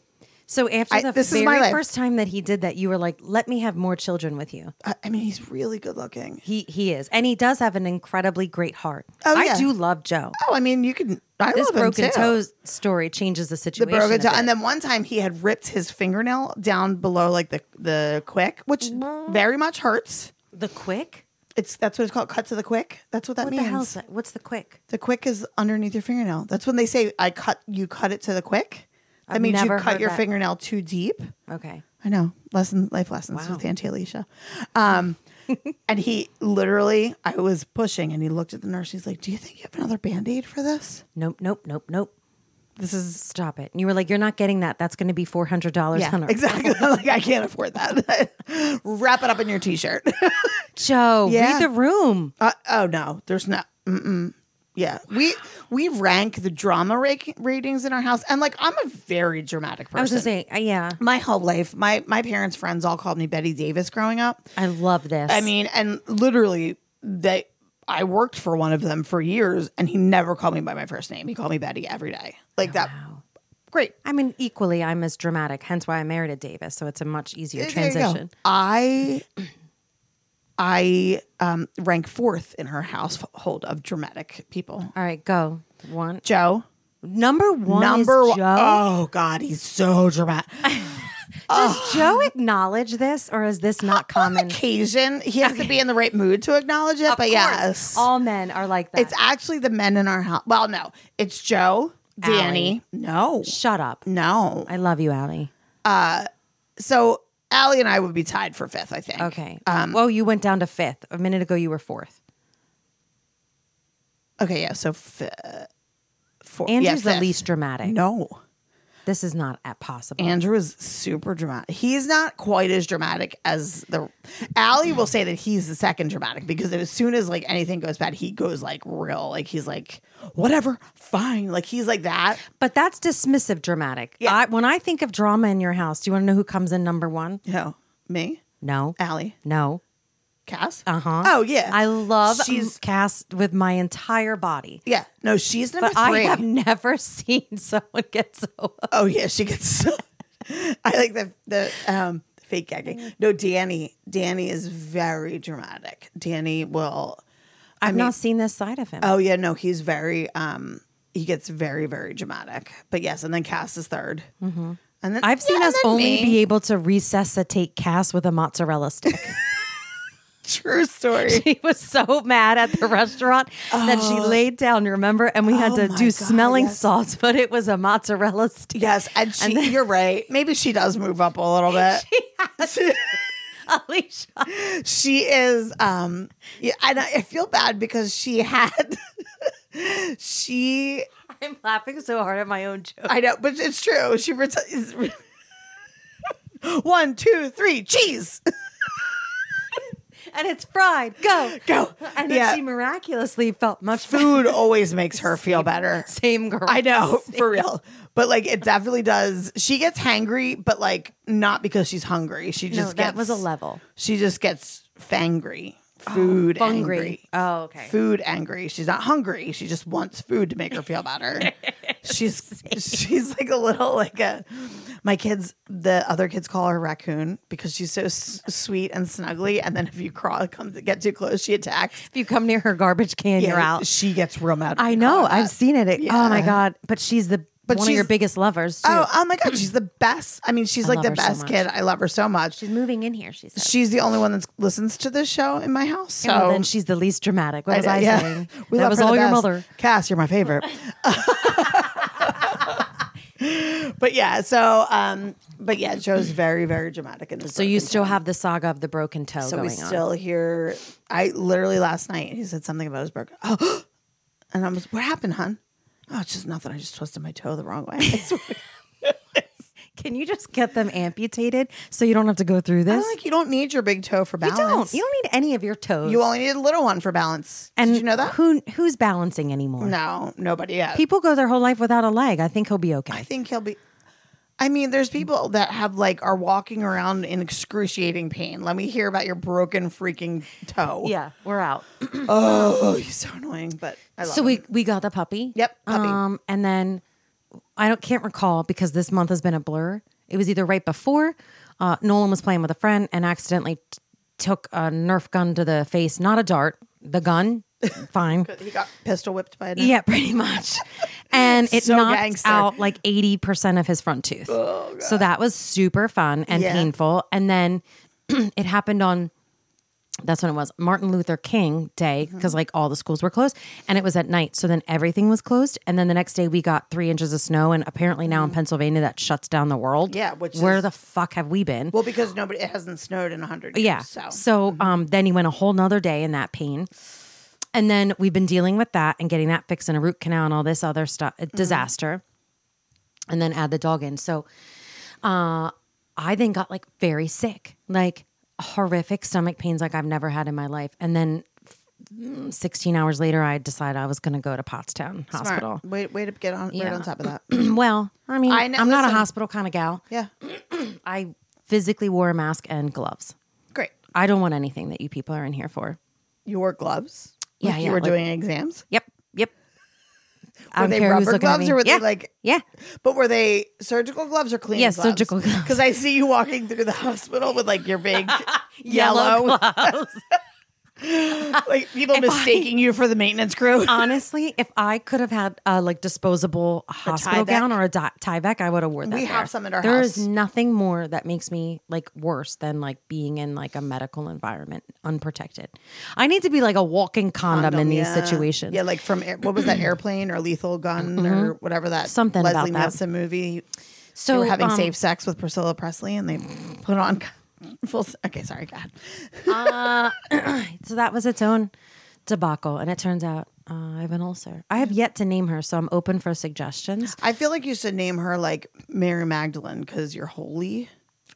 Speaker 1: So after
Speaker 2: I-
Speaker 1: the
Speaker 2: this is
Speaker 1: very
Speaker 2: my life.
Speaker 1: first time that he did that, you were like, "Let me have more children with you."
Speaker 2: I, I mean, he's really good looking.
Speaker 1: He he is, and he does have an incredibly great heart.
Speaker 2: Oh,
Speaker 1: I
Speaker 2: yeah.
Speaker 1: do love Joe.
Speaker 2: Oh, I mean, you can. I
Speaker 1: This
Speaker 2: love him
Speaker 1: broken
Speaker 2: too.
Speaker 1: toe story changes the situation.
Speaker 2: The broken toe,
Speaker 1: a bit.
Speaker 2: and then one time he had ripped his fingernail down below like the the quick, which very much hurts.
Speaker 1: the quick.
Speaker 2: It's that's what it's called, cut to the quick. That's what that
Speaker 1: What
Speaker 2: means.
Speaker 1: the hell's that? What's the quick?
Speaker 2: The quick is underneath your fingernail. That's when they say I cut you cut it to the quick. That
Speaker 1: I've
Speaker 2: means you
Speaker 1: never
Speaker 2: cut
Speaker 1: heard
Speaker 2: your
Speaker 1: that.
Speaker 2: fingernail too deep.
Speaker 1: Okay.
Speaker 2: I know. Lesson life lessons
Speaker 1: Wow.
Speaker 2: with Auntie Alicia. Um and he literally I was pushing and he looked at the nurse. He's like, Do you think you have another band-aid for this?
Speaker 1: Nope. Nope. Nope. Nope.
Speaker 2: This is
Speaker 1: Stop it. And you were like, "You're not getting that. That's going to be four hundred dollars
Speaker 2: yeah,
Speaker 1: on our
Speaker 2: exactly. like I can't afford that. Wrap it up in your t-shirt.
Speaker 1: Joe,
Speaker 2: Yeah.
Speaker 1: read the room.
Speaker 2: Uh, oh no, there's no. Mm-mm. Yeah, we we rank the drama ra- ratings in our house, and like I'm a very dramatic person.
Speaker 1: I was going to say, uh, yeah,
Speaker 2: my whole life, my my parents' friends all called me Betty Davis growing up.
Speaker 1: I love this.
Speaker 2: I mean, and literally, they I worked for one of them for years, and he never called me by my first name. He called me Betty every day, like that.
Speaker 1: Oh,
Speaker 2: Great
Speaker 1: I mean, equally, I'm as dramatic, hence why I married a Davis. So it's a much easier
Speaker 2: There you go.
Speaker 1: transition.
Speaker 2: I I um, rank fourth in her household of dramatic people.
Speaker 1: All right, go. One.
Speaker 2: Joe.
Speaker 1: Number one.
Speaker 2: number
Speaker 1: is
Speaker 2: one.
Speaker 1: Joe.
Speaker 2: Oh God, he's so dramatic. uh.
Speaker 1: Does Joe acknowledge this or is this not
Speaker 2: On
Speaker 1: common?
Speaker 2: occasion, he has to be in the right mood to acknowledge it.
Speaker 1: Of
Speaker 2: but
Speaker 1: course,
Speaker 2: yes,
Speaker 1: All men are like that.
Speaker 2: it's actually the men in our house. Well, no, it's Joe, Danny. No,
Speaker 1: Shut up.
Speaker 2: no.
Speaker 1: I love you, Allie.
Speaker 2: So Allie and I would be tied for fifth, I think.
Speaker 1: Okay.
Speaker 2: Um,
Speaker 1: Whoa, you went down to fifth. A minute ago, you were fourth.
Speaker 2: Okay. Yeah. So fi- four. yeah,
Speaker 1: Andrew's the
Speaker 2: fifth.
Speaker 1: least dramatic.
Speaker 2: No.
Speaker 1: This is not at possible.
Speaker 2: Andrew is super dramatic. He's not quite as dramatic as the Allie will say that he's the second dramatic because as soon as like anything goes bad, he goes like real. Like he's like, whatever, fine. Like he's like that.
Speaker 1: but that's dismissive dramatic.
Speaker 2: Yeah.
Speaker 1: I, when I think of drama in your house, do you want to know who comes in number one?
Speaker 2: You know, me,
Speaker 1: No.
Speaker 2: Allie,
Speaker 1: No.
Speaker 2: Cass.
Speaker 1: Uh huh.
Speaker 2: Oh yeah.
Speaker 1: I love
Speaker 2: she's
Speaker 1: cast with my entire body.
Speaker 2: yeah. No, she's number
Speaker 1: But I
Speaker 2: three.
Speaker 1: have never seen someone get so
Speaker 2: oh yeah, she gets I like the the um fake
Speaker 1: Mm.
Speaker 2: gagging. No, Danny. Danny is very dramatic. Danny will
Speaker 1: I've not seen this side of him.
Speaker 2: Oh yeah, no, he's very um he gets very very dramatic. But yes, and then Cass is 3rd Mm-hmm. And then
Speaker 1: I've seen
Speaker 2: yeah, and
Speaker 1: us
Speaker 2: then
Speaker 1: only
Speaker 2: me.
Speaker 1: be able to resuscitate Cass with a mozzarella stick.
Speaker 2: true story.
Speaker 1: she was so mad at the restaurant that she laid down, remember? And we had
Speaker 2: Oh
Speaker 1: to
Speaker 2: my
Speaker 1: do
Speaker 2: God,
Speaker 1: smelling
Speaker 2: yes.
Speaker 1: salts, but it was a mozzarella stick.
Speaker 2: yes, and she you're right. Maybe she does move up a little bit.
Speaker 1: Alicia.
Speaker 2: she is um yeah, and I, I feel bad because she had she
Speaker 1: I'm laughing so hard at my own joke.
Speaker 2: I know, but it's true. She reti- is One, two, three, cheese.
Speaker 1: And it's fried. Go.
Speaker 2: Go.
Speaker 1: And then
Speaker 2: yeah,
Speaker 1: she miraculously felt much better.
Speaker 2: food always makes her feel better.
Speaker 1: Same girl.
Speaker 2: I know for real, but like it definitely does. She gets hangry, but like not because she's hungry. She
Speaker 1: No,
Speaker 2: just
Speaker 1: that
Speaker 2: gets,
Speaker 1: was a level.
Speaker 2: She just gets fangry, food
Speaker 1: Oh, fungry.
Speaker 2: angry.
Speaker 1: Oh, okay.
Speaker 2: Food angry. She's not hungry. She just wants food to make her feel better. she's she's like a little like a. My kids, the other kids call her raccoon because she's so s- sweet and snuggly. And then if you crawl, come to get too close, she attacks.
Speaker 1: If you come near her garbage can, you're out.
Speaker 2: She gets real mad. when
Speaker 1: I
Speaker 2: you call
Speaker 1: know.
Speaker 2: her that.
Speaker 1: I've seen it. It- Oh my
Speaker 2: Yeah.
Speaker 1: god! But she's the
Speaker 2: But
Speaker 1: one of your
Speaker 2: she's-
Speaker 1: biggest lovers too.
Speaker 2: Oh, oh my God, she's the best. I mean, she's like
Speaker 1: love
Speaker 2: the
Speaker 1: her so
Speaker 2: best
Speaker 1: much.
Speaker 2: kid. I love her so much.
Speaker 1: she's moving in here. She says.
Speaker 2: She's the only one that listens to this show in my house. So
Speaker 1: well, then she's the least dramatic. What was oh. I,
Speaker 2: yeah.
Speaker 1: saying?
Speaker 2: We
Speaker 1: that
Speaker 2: love
Speaker 1: was
Speaker 2: her the
Speaker 1: all your
Speaker 2: best.
Speaker 1: mother.
Speaker 2: Cass, you're my favorite. but yeah, so um, but yeah, Joe's very, very dramatic in this.
Speaker 1: So you
Speaker 2: broken
Speaker 1: still
Speaker 2: toe.
Speaker 1: have the saga of the broken toe
Speaker 2: so
Speaker 1: going
Speaker 2: we
Speaker 1: on.
Speaker 2: still hear. I literally last night he said something about his broken. Oh, and I was, what happened, hon? Oh, it's just nothing. I just twisted my toe the wrong way. I swear.
Speaker 1: Can you just get them amputated so you don't have to go through
Speaker 2: I
Speaker 1: this?
Speaker 2: was like, you don't need your big toe for
Speaker 1: You
Speaker 2: balance.
Speaker 1: don't. You don't need any of your toes.
Speaker 2: You only need a little one for balance.
Speaker 1: and
Speaker 2: Did you know that?
Speaker 1: Who who's balancing anymore?
Speaker 2: no, nobody yet.
Speaker 1: People go their whole life without a leg. I think he'll be okay.
Speaker 2: I think he'll be. I mean, there's people that have like are walking around in excruciating pain. Let me hear about your broken freaking toe.
Speaker 1: yeah, we're out.
Speaker 2: Oh, he's so annoying, but I love
Speaker 1: So
Speaker 2: him.
Speaker 1: we we got the puppy.
Speaker 2: Yep, puppy.
Speaker 1: Um, and then I don't can't recall because this month has been a blur. It was either right before uh, Nolan was playing with a friend and accidentally t- took a Nerf gun to the face, not a dart, the gun. Fine.
Speaker 2: he got pistol whipped by a
Speaker 1: Yeah, pretty much. And it
Speaker 2: So
Speaker 1: knocked
Speaker 2: gangster. Oh,
Speaker 1: out like 80% of his front tooth. so that was super fun and
Speaker 2: Yeah.
Speaker 1: painful. And then it happened on that's when it was Martin Luther King Day
Speaker 2: Mm-hmm.
Speaker 1: because like all the schools were closed and it was at night. So then everything was closed. And then the next day we got three inches of snow. And apparently now in Pennsylvania that shuts down the world.
Speaker 2: Mm. Yeah, which
Speaker 1: where
Speaker 2: is-
Speaker 1: the fuck have we been?
Speaker 2: Well, because nobody it hasn't snowed in a hundred years.
Speaker 1: Yeah.
Speaker 2: So, mm-hmm.
Speaker 1: So, um, then he went a whole nother day in that pain. And then we've been dealing with that and getting that fixed and a root canal and all this other stuff, a
Speaker 2: Mm-hmm.
Speaker 1: disaster. And then add the dog in. So uh, I then got like very sick, like horrific stomach pains like I've never had in my life. And then mm, 16 hours later, I decided I was going to go to Pottstown
Speaker 2: smart.
Speaker 1: Hospital.
Speaker 2: Wait, way to get on right
Speaker 1: Yeah.
Speaker 2: on top of that.
Speaker 1: well, I mean,
Speaker 2: I know-
Speaker 1: I'm not a
Speaker 2: listen.
Speaker 1: hospital kind of gal.
Speaker 2: Yeah,
Speaker 1: I physically wore a mask and gloves.
Speaker 2: great.
Speaker 1: I don't want anything that you people are in here for.
Speaker 2: You wore gloves.
Speaker 1: Yeah,
Speaker 2: Like
Speaker 1: yeah,
Speaker 2: You were
Speaker 1: like-
Speaker 2: doing exams.
Speaker 1: Yep. Yep. I
Speaker 2: Were
Speaker 1: don't
Speaker 2: they
Speaker 1: care who's
Speaker 2: rubber
Speaker 1: looking at
Speaker 2: gloves
Speaker 1: me.
Speaker 2: or were they
Speaker 1: Yeah.
Speaker 2: like?
Speaker 1: Yeah.
Speaker 2: But were they surgical gloves or clean?
Speaker 1: Yes,
Speaker 2: gloves?
Speaker 1: surgical gloves.
Speaker 2: Because I see you walking through the hospital with like your big yellow,
Speaker 1: gloves.
Speaker 2: like people mistaking you for the maintenance crew.
Speaker 1: Honestly, if I could have had a like disposable hospital
Speaker 2: Tyvek?
Speaker 1: gown or a di- Tyvek, I would have worn that.
Speaker 2: We have
Speaker 1: there.
Speaker 2: some at our
Speaker 1: There
Speaker 2: house.
Speaker 1: is nothing more that makes me like worse than like being in like a medical environment unprotected. I need to be like a walking condom, in these
Speaker 2: Yeah.
Speaker 1: situations. Mm-hmm.
Speaker 2: Yeah, like from air, what was that airplane or Lethal Gun or whatever that
Speaker 1: Something about
Speaker 2: Leslie
Speaker 1: that.
Speaker 2: Nielsen movie.
Speaker 1: so
Speaker 2: they were having
Speaker 1: um,
Speaker 2: safe sex with Priscilla Presley, and they put on full. Okay, sorry, God.
Speaker 1: So that was its own debacle, and it turns out uh, I have an ulcer. I have yet to name her, so I'm open for suggestions.
Speaker 2: I feel like you should name her like Mary Magdalene because you're holy.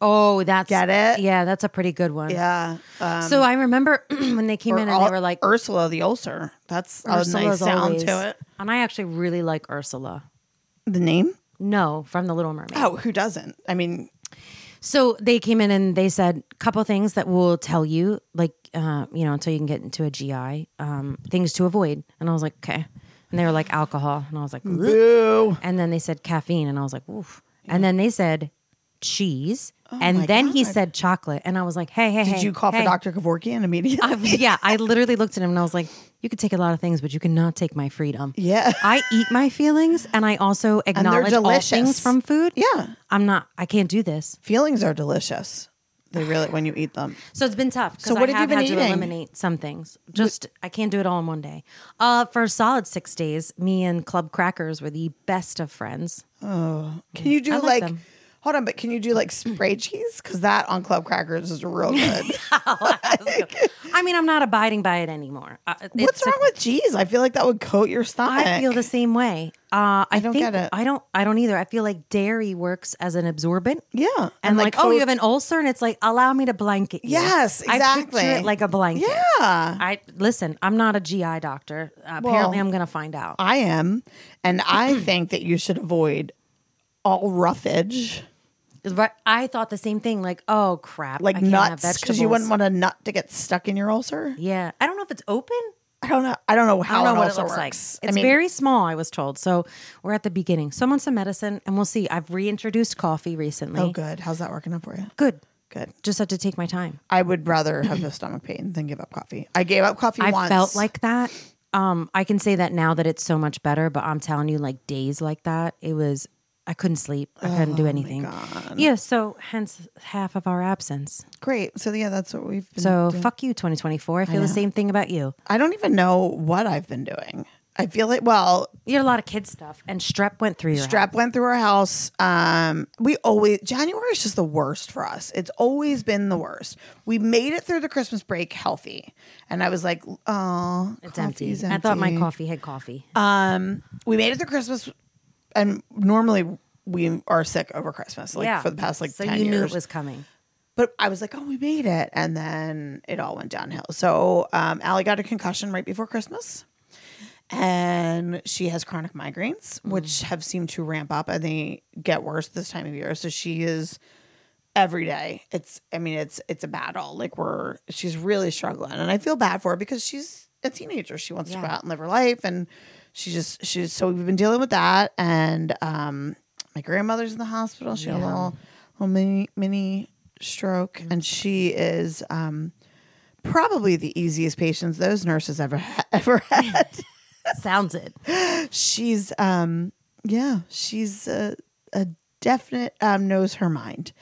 Speaker 1: Oh, that's
Speaker 2: Get it?
Speaker 1: Yeah, that's a pretty good one.
Speaker 2: Yeah. Um,
Speaker 1: So I remember when they came in and
Speaker 2: Ur-
Speaker 1: they were like,
Speaker 2: Ursula the ulcer. That's a nice
Speaker 1: "Ursula's
Speaker 2: sound
Speaker 1: always."
Speaker 2: to it.
Speaker 1: And I actually really like Ursula.
Speaker 2: The name?
Speaker 1: No, from The Little Mermaid.
Speaker 2: Oh, who doesn't? I mean,
Speaker 1: So they came in and they said a couple things that will tell you, like, uh, you know, until you can get into a GI, um, things to avoid. And I was like, okay. And they were like, alcohol. And I was like, "Ugh."
Speaker 2: boo.
Speaker 1: and then they said caffeine. And I was like, oof. And then they said cheese.
Speaker 2: Oh my
Speaker 1: and then he
Speaker 2: God.
Speaker 1: said chocolate. And I was like, hey, hey,
Speaker 2: Did
Speaker 1: hey,
Speaker 2: you call
Speaker 1: hey.
Speaker 2: for Dr. Kevorkian immediately?
Speaker 1: I- yeah, I literally looked at him and I was like, "You could take a lot of things, but you cannot take my freedom."
Speaker 2: Yeah.
Speaker 1: I eat my feelings, and I also acknowledge all
Speaker 2: delicious.
Speaker 1: things from food.
Speaker 2: yeah.
Speaker 1: I'm not. I can't do this.
Speaker 2: Feelings are delicious. They really, when you eat them.
Speaker 1: So it's been tough.
Speaker 2: So what
Speaker 1: I
Speaker 2: have you
Speaker 1: have,
Speaker 2: been
Speaker 1: had to
Speaker 2: eating?
Speaker 1: eliminate some things. Just I can't do it all in one day. Uh, for a solid six days, me and Club Crackers were the best of friends.
Speaker 2: Can you do
Speaker 1: I like
Speaker 2: like,
Speaker 1: them.
Speaker 2: hold on, but can you do like spray cheese? Because that on Club Crackers is real good.
Speaker 1: I mean, I'm not abiding by it anymore. Uh,
Speaker 2: What's
Speaker 1: it's-
Speaker 2: wrong with cheese? I feel like that would coat your stomach.
Speaker 1: I feel the same way. Uh, I,
Speaker 2: don't
Speaker 1: think
Speaker 2: get it.
Speaker 1: I don't. I don't either. I feel like dairy works as an absorbent.
Speaker 2: Yeah.
Speaker 1: and, like, oh,
Speaker 2: coat-
Speaker 1: you have an ulcer, and it's like, allow me to blanket you.
Speaker 2: Yes,
Speaker 1: I picture
Speaker 2: exactly.
Speaker 1: it like a blanket.
Speaker 2: oh, Yeah.
Speaker 1: I listen. I'm not a GI doctor. apparently, I'm gonna find out.
Speaker 2: I am. And I think that you should avoid all roughage,
Speaker 1: But I thought the same thing. Like, oh crap, I
Speaker 2: like
Speaker 1: can't have
Speaker 2: nuts, because you
Speaker 1: vegetables.
Speaker 2: wouldn't want a nut to get stuck in your ulcer.
Speaker 1: Yeah, I don't know if it's open.
Speaker 2: I don't know. I don't know
Speaker 1: I
Speaker 2: how
Speaker 1: don't know
Speaker 2: an
Speaker 1: what it
Speaker 2: ulcer
Speaker 1: looks like.
Speaker 2: works.
Speaker 1: It's
Speaker 2: I mean,
Speaker 1: very small. I was told. So we're at the beginning. So I'm on some medicine, and we'll see. I've reintroduced coffee recently.
Speaker 2: oh, good. How's that working out for you?
Speaker 1: Good.
Speaker 2: Good.
Speaker 1: Just have to take my time.
Speaker 2: I would rather have a stomach pain than give up coffee. I gave up coffee
Speaker 1: I
Speaker 2: once.
Speaker 1: felt like that. Um, I can say that now that it's so much better, but I'm telling you, like days like that, it was I couldn't sleep. I couldn't
Speaker 2: Oh
Speaker 1: do anything. Yeah, so hence half of our absence.
Speaker 2: great. So yeah, that's what we've. Been
Speaker 1: So fuck you, 2024. I feel the same thing about you.
Speaker 2: I don't even know what I've been doing. I feel like well,
Speaker 1: You had a lot of kid stuff, and strep went through your
Speaker 2: strep went through our house. Um, we always January is just the worst for us. It's always been the worst. We made it through the Christmas break healthy, and I was like, oh,
Speaker 1: house. It's empty. I thought my coffee had coffee.
Speaker 2: Uh, we made it through Christmas, and normally we are sick over Christmas, like for the past like
Speaker 1: so
Speaker 2: ten
Speaker 1: you
Speaker 2: years.
Speaker 1: knew it was coming.
Speaker 2: but I was like, oh, we made it. And then it all went downhill. So um, Allie got a concussion right before Christmas. And she has chronic migraines, which have seemed to ramp up and they get worse this time of year. So she is every day. It's I mean, it's it's a battle. Like we're she's really struggling. And I feel bad for her because she's a teenager. She wants to
Speaker 1: Yeah.
Speaker 2: go out and live her life. And she just she's so we've been dealing with that. And um my grandmother's in the hospital. She had a
Speaker 1: Yeah. Mm-hmm.
Speaker 2: little little mini mini stroke, and she is um, probably the easiest patients those nurses ever ha- ever had.
Speaker 1: Sounds it.
Speaker 2: she's um, yeah, she's a, a definite um, knows her mind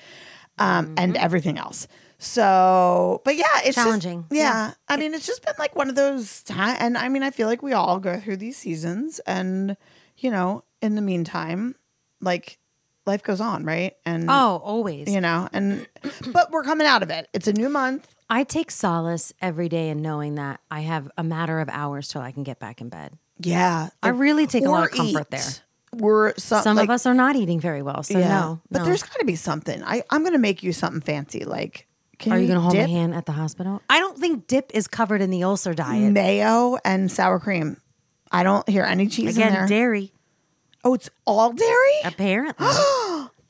Speaker 2: um, and
Speaker 1: Mm-hmm.
Speaker 2: everything else. So, but yeah, it's just-
Speaker 1: Challenging.
Speaker 2: yeah, I mean, it's just been like one of those time, and I mean, I feel like we all go through these seasons, and you know, in the meantime, like life goes on, right? And
Speaker 1: Oh, always.
Speaker 2: you know and but we're coming out of it it's a new month
Speaker 1: I take solace every day in knowing that I have a matter of hours till I can get back in bed.
Speaker 2: yeah
Speaker 1: I really take a lot
Speaker 2: Or
Speaker 1: of comfort there.
Speaker 2: eat. we're some,
Speaker 1: Some
Speaker 2: like,
Speaker 1: of us are not eating very well, so
Speaker 2: yeah
Speaker 1: no.
Speaker 2: but
Speaker 1: no.
Speaker 2: there's got to be something i i'm gonna make you something fancy like can
Speaker 1: Are you
Speaker 2: you
Speaker 1: going to hold
Speaker 2: dip
Speaker 1: my hand at the hospital? I don't think dip is covered in the ulcer
Speaker 2: Mm,
Speaker 1: diet.
Speaker 2: mayo and sour cream i don't hear any cheese in there
Speaker 1: Again, dairy,
Speaker 2: oh it's all dairy
Speaker 1: apparently.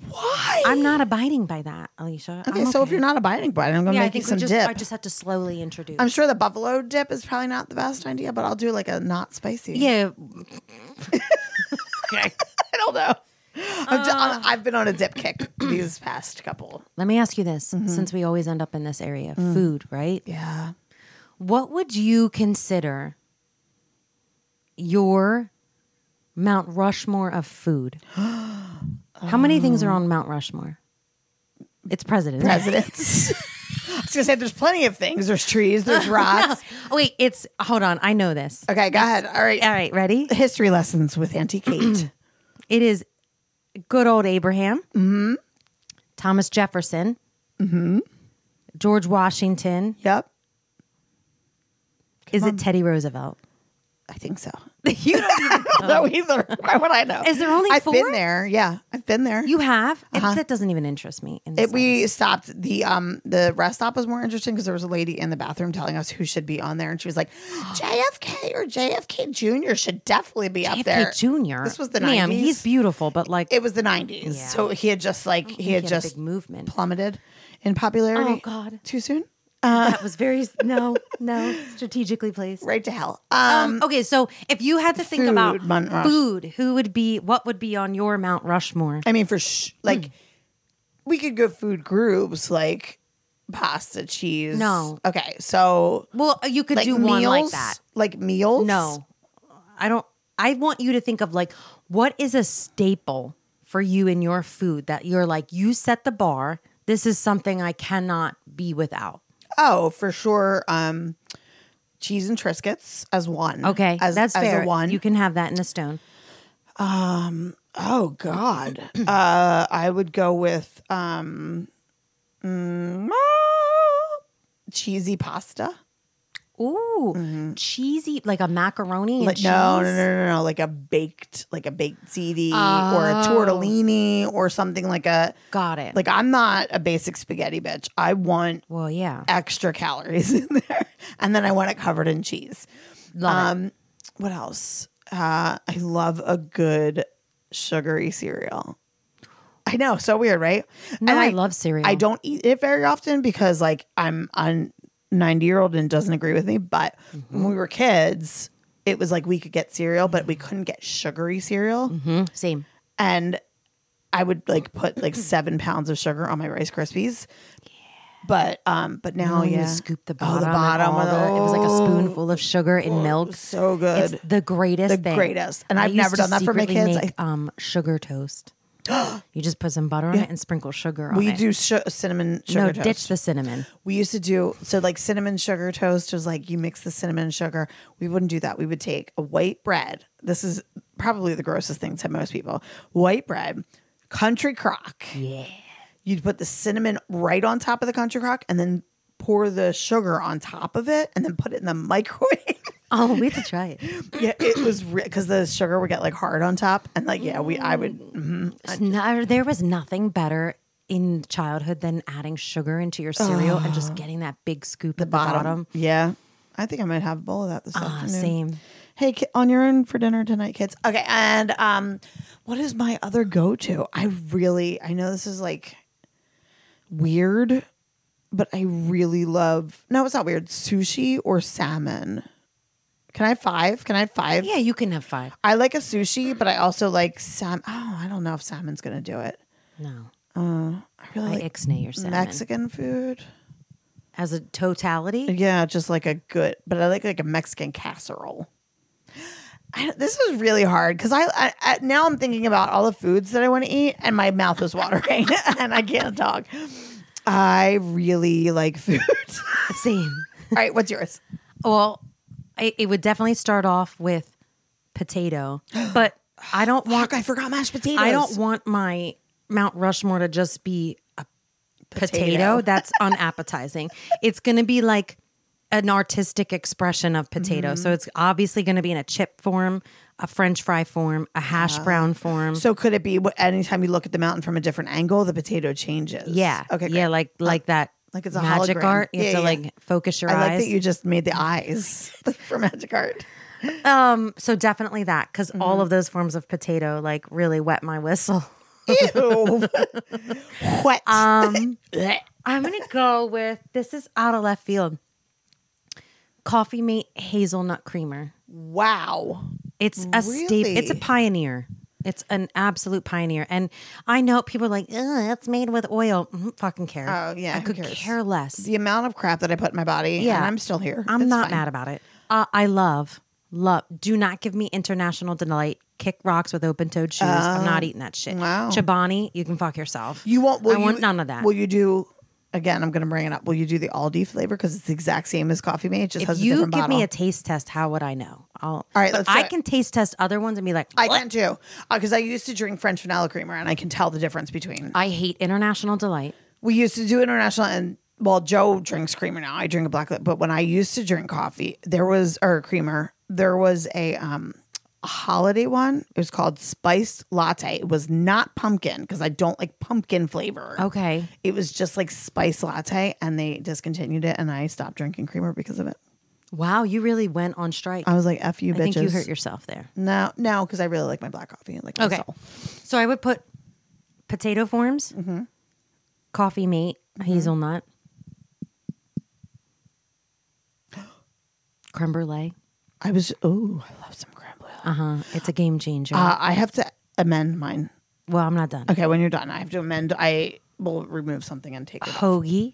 Speaker 2: why
Speaker 1: I'm not abiding by that, Alicia.
Speaker 2: okay,
Speaker 1: I'm
Speaker 2: so if you're not abiding by it i'm gonna
Speaker 1: yeah, I
Speaker 2: make you
Speaker 1: think
Speaker 2: some
Speaker 1: we just,
Speaker 2: dip
Speaker 1: I just have to slowly introduce.
Speaker 2: i'm sure the buffalo dip is probably not the best idea but i'll do like a not spicy
Speaker 1: yeah. okay.
Speaker 2: i don't know I've, d- I've been on a dip kick these past couple
Speaker 1: Let me ask you this since we always end up in this area food, right?
Speaker 2: yeah
Speaker 1: What would you consider your Mount Rushmore of food? How many things are on Mount Rushmore? It's president.
Speaker 2: presidents. I was gonna say there's plenty of things. There's trees, there's rocks.
Speaker 1: Oh, wait, it's hold on. I know this.
Speaker 2: Okay, go ahead. All right.
Speaker 1: All right, ready?
Speaker 2: History lessons with Auntie Kate.
Speaker 1: It is good old Abraham, mm-hmm. Thomas Jefferson, mm-hmm. George Washington.
Speaker 2: yep.
Speaker 1: is it Teddy Roosevelt?
Speaker 2: I think so.
Speaker 1: you don't even,
Speaker 2: I don't know either. Why would I know?
Speaker 1: Is there only
Speaker 2: I've
Speaker 1: four?
Speaker 2: been there. Yeah. I've been there.
Speaker 1: you have It- that doesn't even interest me. In the
Speaker 2: Uh-huh. it, we stopped the um the rest stop was more interesting because there was a lady in the bathroom telling us who should be on there and she was like JFK or JFK Jr. should definitely be up there.
Speaker 1: JFK Jr.
Speaker 2: This was the
Speaker 1: ma'am.
Speaker 2: 90s.
Speaker 1: He's beautiful, but like
Speaker 2: It was the 90s.
Speaker 1: Yeah. Oh,
Speaker 2: So he had just like he
Speaker 1: he
Speaker 2: had
Speaker 1: had a
Speaker 2: just
Speaker 1: big movement.
Speaker 2: plummeted in popularity.
Speaker 1: Oh, God.
Speaker 2: Too soon?
Speaker 1: that was very no, no, strategically placed.
Speaker 2: Right to hell.
Speaker 1: Um, okay, so if you had to think about
Speaker 2: food, Mount Rush-
Speaker 1: food, who would be what would be on your Mount Rushmore?
Speaker 2: I mean, for sh-
Speaker 1: Hmm.
Speaker 2: like, we could go food groups like pasta, cheese.
Speaker 1: No.
Speaker 2: Okay. So,
Speaker 1: Well, uh, you could
Speaker 2: like,
Speaker 1: do
Speaker 2: meals,
Speaker 1: one like that.
Speaker 2: Like meals?
Speaker 1: No, I don't. I want you to think of like what is a staple for you in your food that you're like you set the bar. This is something I cannot be without.
Speaker 2: Oh, for sure. Um, cheese and Triscuits as one.
Speaker 1: Okay,
Speaker 2: As,
Speaker 1: that's
Speaker 2: as
Speaker 1: fair.
Speaker 2: A one.
Speaker 1: You can have that in a stone.
Speaker 2: oh, God. uh, I would go with um, mm, ah, cheesy pasta.
Speaker 1: Ooh, cheesy like a macaroni and
Speaker 2: Mm-hmm. Like,
Speaker 1: cheese.
Speaker 2: no, no, no, no, no, like a baked, like a baked ziti or a
Speaker 1: Oh.
Speaker 2: tortellini or something like a.
Speaker 1: Got it.
Speaker 2: Like I'm not a basic spaghetti bitch. I want
Speaker 1: well, yeah.
Speaker 2: extra calories in there, and then I want it covered in cheese.
Speaker 1: Love
Speaker 2: um, what else? Uh, I love a good sugary cereal. I know, so weird, right?
Speaker 1: No, I love cereal.
Speaker 2: I don't eat it very often because, like, I'm a 90 year old and doesn't agree with me. But
Speaker 1: Mm-hmm.
Speaker 2: when we were kids, it was like we could get cereal, but we couldn't get sugary cereal
Speaker 1: Mhm, Same.
Speaker 2: and I would like put like seven pounds of sugar on my Rice Krispies. But um, but now
Speaker 1: Oh,
Speaker 2: yeah,
Speaker 1: you scoop the bottom.
Speaker 2: Oh, the
Speaker 1: and
Speaker 2: bottom.
Speaker 1: all the- it was like a
Speaker 2: oh,
Speaker 1: spoonful of sugar and milk.
Speaker 2: so good.
Speaker 1: It's the greatest
Speaker 2: The
Speaker 1: thing.
Speaker 2: greatest. And I've
Speaker 1: used
Speaker 2: never
Speaker 1: to
Speaker 2: done that for my
Speaker 1: secretly
Speaker 2: kids.
Speaker 1: Make, um, sugar toast. you just put some butter on it and sprinkle sugar on
Speaker 2: We
Speaker 1: it.
Speaker 2: do sh- cinnamon sugar
Speaker 1: no,
Speaker 2: toast.
Speaker 1: ditch the cinnamon.
Speaker 2: We used to do so like cinnamon sugar toast was like you mix the cinnamon and sugar. We wouldn't do that. We would take a white bread. This is probably the grossest thing to most people. White bread, country crock. Yeah. You'd put the cinnamon right on top of the country crock and then pour the sugar on top of it and then put it in the microwave.
Speaker 1: Oh, we have to try it.
Speaker 2: yeah, it was because the sugar would get like hard on top and like yeah, we I would
Speaker 1: It's no- there was nothing better in childhood than adding sugar into your cereal and just getting that big scoop at the bottom.
Speaker 2: um, Yeah. I think I might have a bowl of that this
Speaker 1: Ah,
Speaker 2: afternoon.
Speaker 1: same.
Speaker 2: Hey, ki- on your own for dinner tonight, kids. Okay, and um, what is my other go-to? I really, I know this is like weird, but I really love. No, it's not weird. Sushi or salmon. Can I have five? Can I have five?
Speaker 1: Yeah, you can have five.
Speaker 2: I like a sushi, but I also like salmon. Oh, I don't know if salmon's gonna do it.
Speaker 1: No,
Speaker 2: I really
Speaker 1: I
Speaker 2: like
Speaker 1: ixnay your salmon
Speaker 2: Mexican food.
Speaker 1: as a totality.
Speaker 2: Yeah, just like a good, but I like like a Mexican casserole. I, this is really hard because I, I, I now I'm thinking about all the foods that I want to eat, and my mouth is watering, and I can't talk. I really like food.
Speaker 1: Same.
Speaker 2: all right, what's yours?
Speaker 1: Well, I, it would definitely start off with potato, but I don't want.
Speaker 2: Fuck, I forgot mashed potatoes.
Speaker 1: I don't want my Mount Rushmore to just be a potato.
Speaker 2: Potato.
Speaker 1: That's unappetizing. it's going to be like an artistic expression of potato.
Speaker 2: Mm-hmm.
Speaker 1: So it's obviously going to be in a chip form, a French fry form, a hash
Speaker 2: Ah.
Speaker 1: brown form.
Speaker 2: So could it be wh- anytime you look at the mountain from a different angle, the potato changes?
Speaker 1: yeah.
Speaker 2: Okay.
Speaker 1: Yeah,
Speaker 2: great. Uh,
Speaker 1: like like that.
Speaker 2: like it's a
Speaker 1: magic
Speaker 2: hologram.
Speaker 1: art. You
Speaker 2: Yeah,
Speaker 1: have to
Speaker 2: yeah.
Speaker 1: like focus your
Speaker 2: I
Speaker 1: eyes.
Speaker 2: like that you just made the eyes for magic art.
Speaker 1: um. So definitely that, because
Speaker 2: Mm-hmm.
Speaker 1: all of those forms of potato like really wet my whistle.
Speaker 2: Ew. what?
Speaker 1: Um, I'm gonna go with this is out of left field. Coffee mate hazelnut creamer.
Speaker 2: wow.
Speaker 1: It's a staple. It's a
Speaker 2: Really?
Speaker 1: pioneer. It's an absolute pioneer. And I know people are like, "Ugh, it's made with oil." Mhm, fucking care.
Speaker 2: Oh, yeah,
Speaker 1: I
Speaker 2: who
Speaker 1: could
Speaker 2: cares?
Speaker 1: care less.
Speaker 2: the amount of crap that I put in my body. Yeah,
Speaker 1: Yeah.
Speaker 2: and I'm still here.
Speaker 1: I'm
Speaker 2: It's
Speaker 1: not
Speaker 2: fine.
Speaker 1: mad about it. Uh, I love, love. Do not give me international delight. Kick rocks with open toed shoes. I'm not eating that shit.
Speaker 2: Oh, wow.
Speaker 1: Chobani, you can fuck yourself.
Speaker 2: You won't. Will
Speaker 1: I want
Speaker 2: you-
Speaker 1: none of that.
Speaker 2: Will you do? Again, I'm going to bring it up. Will you do the Aldi flavor because it's the exact same as coffee mate? It just
Speaker 1: if
Speaker 2: has a
Speaker 1: you give
Speaker 2: different bottle.
Speaker 1: me a taste test, how would I know? I'll, all
Speaker 2: right,
Speaker 1: but
Speaker 2: let's do
Speaker 1: I
Speaker 2: it.
Speaker 1: can taste test other ones and be like,
Speaker 2: I
Speaker 1: "Bleh."
Speaker 2: can too because I used to drink French vanilla creamer and I can tell the difference between.
Speaker 1: I hate international delight.
Speaker 2: We used to do international and well, Joe drinks creamer now. I drink a black lip, but when I used to drink coffee, there was or creamer, there was a um a holiday one. It was called spiced latte. It was not pumpkin because I don't like pumpkin flavor.
Speaker 1: Okay,
Speaker 2: It was just like spice latte, and they discontinued it, and I stopped drinking creamer because of it.
Speaker 1: wow, you really went on strike.
Speaker 2: I was like, "F you,
Speaker 1: I
Speaker 2: Uh, bitches!"
Speaker 1: think you hurt yourself there.
Speaker 2: no, no, because I really like my black coffee. I Like, my
Speaker 1: Okay,
Speaker 2: soul.
Speaker 1: so I would put potato forms,
Speaker 2: Mm-hmm.
Speaker 1: coffee mate, hazelnut, creme brulee.
Speaker 2: I was. Oh, I love some creme brulee.
Speaker 1: Uh huh. It's a game changer.
Speaker 2: Uh, I have to amend mine.
Speaker 1: well, I'm not done.
Speaker 2: Okay, when you're done, I have to amend. I will remove something and take it.
Speaker 1: Uh,
Speaker 2: off.
Speaker 1: Hoagie,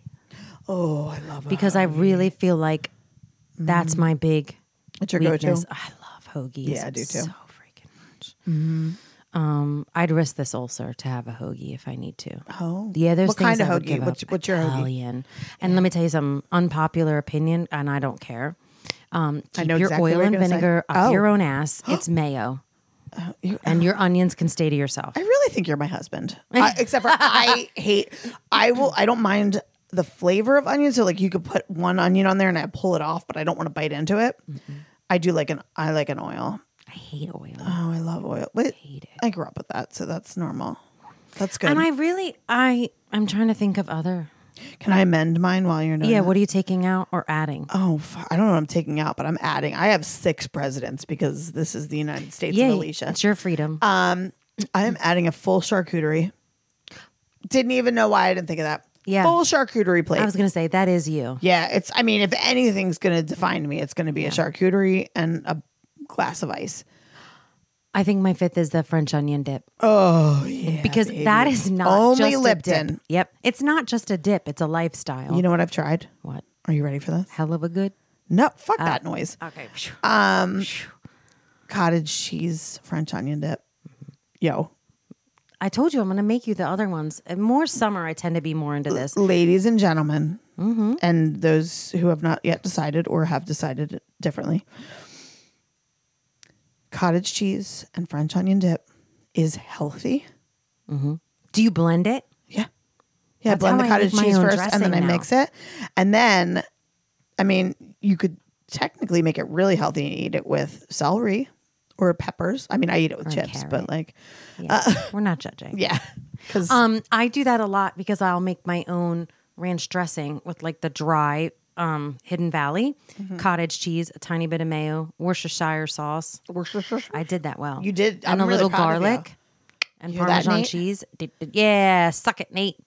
Speaker 2: Oh, I love it.
Speaker 1: because I really feel like
Speaker 2: Mm.
Speaker 1: that's my big
Speaker 2: It's your go-to.
Speaker 1: weakness. I love hoagies.
Speaker 2: Yeah, I do too.
Speaker 1: So freaking much. Um, I'd risk this ulcer to have a hoagie if I need to.
Speaker 2: Oh,
Speaker 1: Yeah, there's
Speaker 2: what kind
Speaker 1: things
Speaker 2: of
Speaker 1: I would
Speaker 2: hoagie?
Speaker 1: give
Speaker 2: What's,
Speaker 1: up.
Speaker 2: what's your hoagie?
Speaker 1: Italian. And let me tell you some unpopular opinion, and I don't care. Um, keep
Speaker 2: know
Speaker 1: your
Speaker 2: exactly
Speaker 1: oil
Speaker 2: what you're
Speaker 1: and
Speaker 2: gonna say.
Speaker 1: vinegar up
Speaker 2: Oh. Uh,
Speaker 1: your own ass. It's mayo,
Speaker 2: You-
Speaker 1: and your onions can stay to yourself.
Speaker 2: I really think you're my husband. I, except for I hate. I will. I don't mind the flavor of onions. So like you could put one onion on there and I pull it off, but I don't want to bite into it. I do like an. I like an oil.
Speaker 1: I hate oil.
Speaker 2: Oh, I love oil. Wait, I grew up with that, so that's normal. That's good.
Speaker 1: And I really, I, I'm trying to think of other.
Speaker 2: Can I amend mine while you're doing?
Speaker 1: Yeah,
Speaker 2: that?
Speaker 1: what are you taking out or adding?
Speaker 2: Oh, fu- I don't know what I'm taking out, but I'm adding. I have six presidents because this is the United States
Speaker 1: yeah,
Speaker 2: of Alicia.
Speaker 1: it's your freedom.
Speaker 2: Um, I am adding a full charcuterie. Didn't even know why I didn't think of that.
Speaker 1: Yeah.
Speaker 2: Full charcuterie plate.
Speaker 1: I was gonna say that is you.
Speaker 2: yeah, it's I mean, if anything's gonna define me, it's gonna be a charcuterie and a glass of ice.
Speaker 1: I think my fifth is the French onion dip
Speaker 2: Oh yeah.
Speaker 1: because that is not
Speaker 2: Only
Speaker 1: just A dip.
Speaker 2: Lipton.
Speaker 1: Yep, it's not just a dip; it's a lifestyle.
Speaker 2: You know what I've tried?
Speaker 1: what?
Speaker 2: Are you ready for this?
Speaker 1: Hell of a good.
Speaker 2: No, fuck
Speaker 1: Uh,
Speaker 2: that noise.
Speaker 1: Okay.
Speaker 2: Cottage cheese French onion dip. Yo.
Speaker 1: I told you I'm going to make you the other ones. And more summer, I tend to be more into this.
Speaker 2: Ladies and gentlemen,
Speaker 1: Mm-hmm.
Speaker 2: and those who have not yet decided or have decided differently, cottage cheese and French onion dip is healthy.
Speaker 1: Do you blend it?
Speaker 2: Yeah. Yeah,
Speaker 1: That's
Speaker 2: blend
Speaker 1: how I
Speaker 2: the
Speaker 1: make
Speaker 2: cottage
Speaker 1: my
Speaker 2: cheese
Speaker 1: own
Speaker 2: first and then I
Speaker 1: dressing now.
Speaker 2: mix it. And then, I mean, you could technically make it really healthy and eat it with celery or peppers. I mean, I eat it with chips, but
Speaker 1: carrot.
Speaker 2: like, Uh,
Speaker 1: Yeah. We're not judging.
Speaker 2: yeah. Because
Speaker 1: Um, I do that a lot because I'll make my own ranch dressing with like the dry um, Hidden Valley,
Speaker 2: Mm-hmm.
Speaker 1: cottage cheese, a tiny bit of mayo, Worcestershire sauce. I did that well.
Speaker 2: You did.
Speaker 1: and
Speaker 2: I'm
Speaker 1: a
Speaker 2: really
Speaker 1: little
Speaker 2: proud of you.
Speaker 1: garlic and
Speaker 2: You hear that,
Speaker 1: Parmesan
Speaker 2: Nate?
Speaker 1: cheese. D- d- Yeah, suck it, Nate.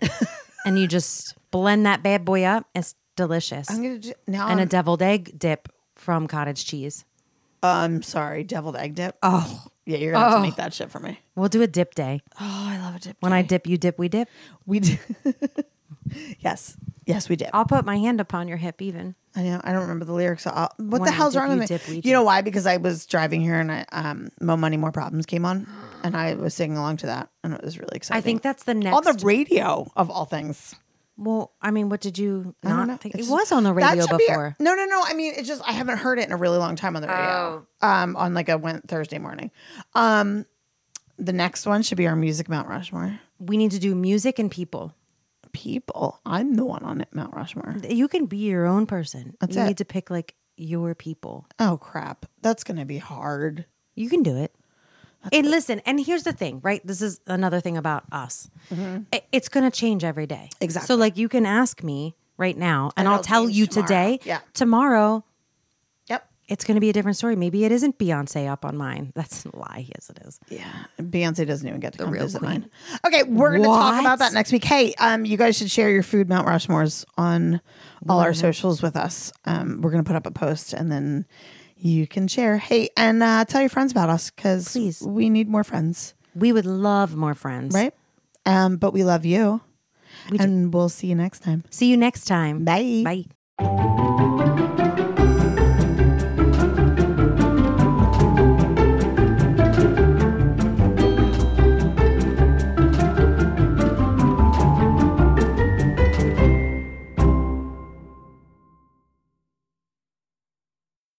Speaker 1: and you just blend that bad boy up. It's delicious.
Speaker 2: I'm going to do now.
Speaker 1: and a
Speaker 2: I'm,
Speaker 1: deviled egg dip from cottage cheese.
Speaker 2: I'm um, sorry, deviled egg dip. Oh. Yeah, you're going to have to make that shit for me.
Speaker 1: We'll do a dip day.
Speaker 2: Oh, I love a dip.
Speaker 1: When I dip, you dip, we dip.
Speaker 2: we did. yes. Yes, we did.
Speaker 1: I'll put my hand upon your hip, even.
Speaker 2: I know. I don't remember the lyrics. Uh, what
Speaker 1: When
Speaker 2: the
Speaker 1: I
Speaker 2: hell's
Speaker 1: dip,
Speaker 2: wrong
Speaker 1: you
Speaker 2: with me?
Speaker 1: dip, we
Speaker 2: you know why? Because I was driving here and I, um, Mo Money More Problems came on, and I was singing along to that, and it was really exciting.
Speaker 1: I think that's the next.
Speaker 2: on the radio of all things.
Speaker 1: well, I mean, what did you
Speaker 2: I don't know.
Speaker 1: not think? It
Speaker 2: It's-
Speaker 1: was on the
Speaker 2: that
Speaker 1: radio
Speaker 2: should be-
Speaker 1: before.
Speaker 2: no, no, no. I mean, it's just I haven't heard it in a really long time on the radio.
Speaker 1: Oh.
Speaker 2: Um, on like a went Thursday morning. Um, the next one should be our music Mount Rushmore.
Speaker 1: we need to do music and people.
Speaker 2: People, I'm the one on it, Mount Rushmore.
Speaker 1: You can be your own person.
Speaker 2: That's
Speaker 1: you
Speaker 2: it.
Speaker 1: need to pick like your people.
Speaker 2: Oh crap, that's gonna be hard.
Speaker 1: You can do it. and listen, and here's the thing, right? This is another thing about us. I- It's going to change every day. So,
Speaker 2: Mm-hmm. Exactly.
Speaker 1: like, you can ask me right now, and,
Speaker 2: And
Speaker 1: I'll
Speaker 2: it'll
Speaker 1: tell
Speaker 2: change
Speaker 1: you
Speaker 2: tomorrow.
Speaker 1: today.
Speaker 2: Yeah.
Speaker 1: Tomorrow,
Speaker 2: Yep.
Speaker 1: it's going to be a different story. Maybe it isn't Beyonce up on mine. That's a lie. Yes, it is.
Speaker 2: Yeah, Beyonce doesn't even get to come
Speaker 1: real
Speaker 2: visit
Speaker 1: queen.
Speaker 2: mine. Okay, we're going to talk
Speaker 1: What?
Speaker 2: about that next week. Hey, um, you guys should share your food Mount Rushmores on all our socials with us. Um, we're going to put up a post and then you can share. Hey, and uh, tell your friends about us because
Speaker 1: Please.
Speaker 2: we need more friends,
Speaker 1: We would love more friends.
Speaker 2: right? Um, but we love you, and we'll see you next time.
Speaker 1: See you next time.
Speaker 2: Bye.
Speaker 1: Bye.